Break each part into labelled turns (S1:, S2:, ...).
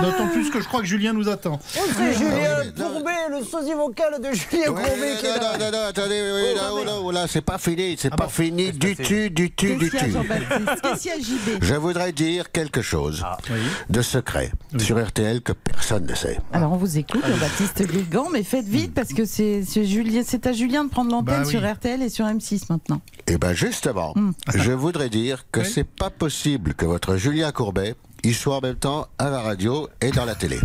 S1: D'autant plus que je crois que Julien nous attend.
S2: Oh, c'est Julien
S3: oui, mais non.
S2: Courbet, le sosie vocal de Julien
S3: Ouais,
S2: Courbet qui est
S3: non,
S2: là.
S3: non, non, attendez, oui, oui, là, oh, là, oh, là, c'est pas fini,
S4: Ah
S3: c'est pas
S1: bon,
S3: fini du tout, du tout, du
S4: Qu'est-ce qu'il y a,
S3: tout.
S4: Jean-Baptiste Qu'est-ce qu'il y a, JB
S3: Je voudrais dire quelque chose
S4: Ah,
S3: de secret sur RTL que personne ne sait.
S1: Ah.
S4: Alors, on vous écoute, Jean-Baptiste Guégan, mais faites vite parce que c'est c'est Julien- c'est à Julien de prendre l'antenne
S1: Bah oui.
S4: sur RTL et sur M6 maintenant.
S3: Eh ben justement,
S4: Hmm.
S3: je voudrais dire que c'est pas possible que votre Julien Courbet il soit en même temps à la radio et dans la télé.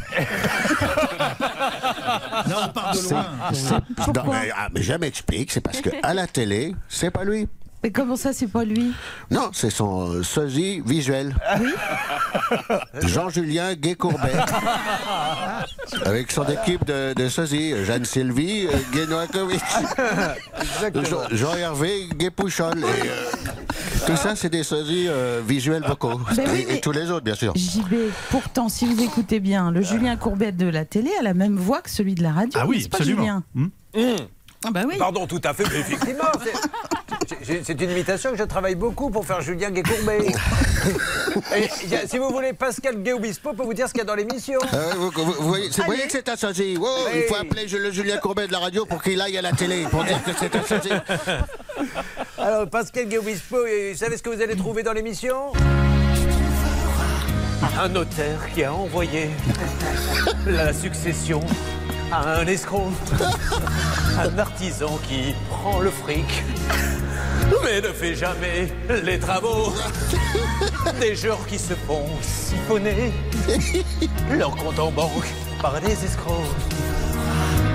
S1: Non, on part de loin.
S3: Non, mais, ah, mais je m'explique, c'est parce que à la télé, c'est pas lui.
S4: Mais comment ça, c'est pas lui
S3: Non, c'est son euh, sosie visuel. Jean-Julien Guécourbet. Avec son équipe de, de sosies, Jeanne-Sylvie euh, Guénoakovic, Jean- Jean-Hervé Guépouchol. Et, euh, tout ça, c'est des sosies euh, visuels vocaux.
S4: Ben oui,
S3: et, et
S4: mais-
S3: tous les autres, bien sûr.
S4: JB, pourtant, si vous écoutez bien, le Julien Courbet de la télé a la même voix que celui de la radio.
S1: Ah oui,
S4: n'est-ce pas,
S1: absolument. Hmm.
S4: Julien Ah bah oui.
S5: Pardon, tout à fait, mais effectivement.
S2: Effectivement, c'est- j'ai- j'ai- C'est une imitation que je travaille beaucoup pour faire Julien Guécourbet. Et il y a- si vous voulez, Pascal Guéobispo peut vous dire ce qu'il y a dans l'émission.
S3: Euh, vous, vous- vous voyez, c'est- vous voyez que c'est un sosie. Wow, Il faut
S2: Oui.
S3: appeler le Julien Courbet de la radio pour qu'il aille à la télé, pour dire que c'est un sosie.
S2: Alors, Pascal Guéobispo, euh, vous savez ce que vous allez trouver dans l'émission
S5: Un notaire qui a envoyé la succession à un escroc. Un artisan qui prend le fric, mais ne fait jamais les travaux. Des joueurs qui se font siphonner leur compte en banque par des escrocs.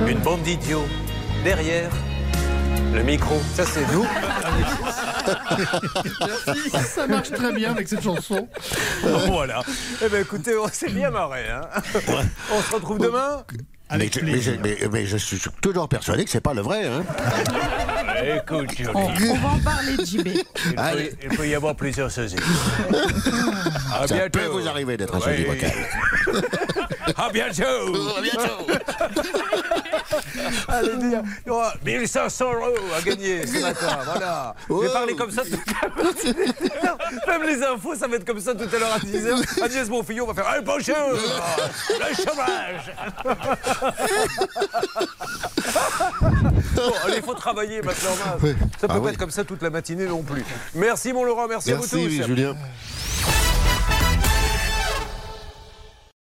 S5: Une bande d'idiots derrière le micro. Ça, c'est nous.
S1: Ça marche très bien avec cette chanson.
S5: voilà. Eh bien, écoutez, on s'est bien marré. hein. On se retrouve demain.
S3: Mais
S1: Avec
S3: je, mais, je,
S1: plaisir.
S3: mais- mais je suis toujours persuadé que c'est pas le vrai. Hein.
S5: Bah, Écoute, Johnny.
S4: On, on va en parler, JB.
S5: Il peut,
S3: Allez.
S5: il peut y avoir plusieurs sosies. à
S3: Ça peut vous arriver d'être un sosie
S5: Oui.
S3: vocal.
S5: À bientôt. Allez, dire, Oh, il y aura 1500 euros à gagner ce matin. Voilà. Je vais
S3: Wow.
S5: parler comme ça tout à l'heure. Même les infos, ça va être comme ça tout à l'heure à 10h. Agnès Bonfillon va faire Allez, bonjour Le chômage Bon, allez, il faut travailler maintenant. mince. Ça peut
S3: Ah
S5: pas
S3: oui.
S5: être comme ça toute la matinée non plus. Merci, mon Laurent. Merci, à vous tous.
S3: Julien.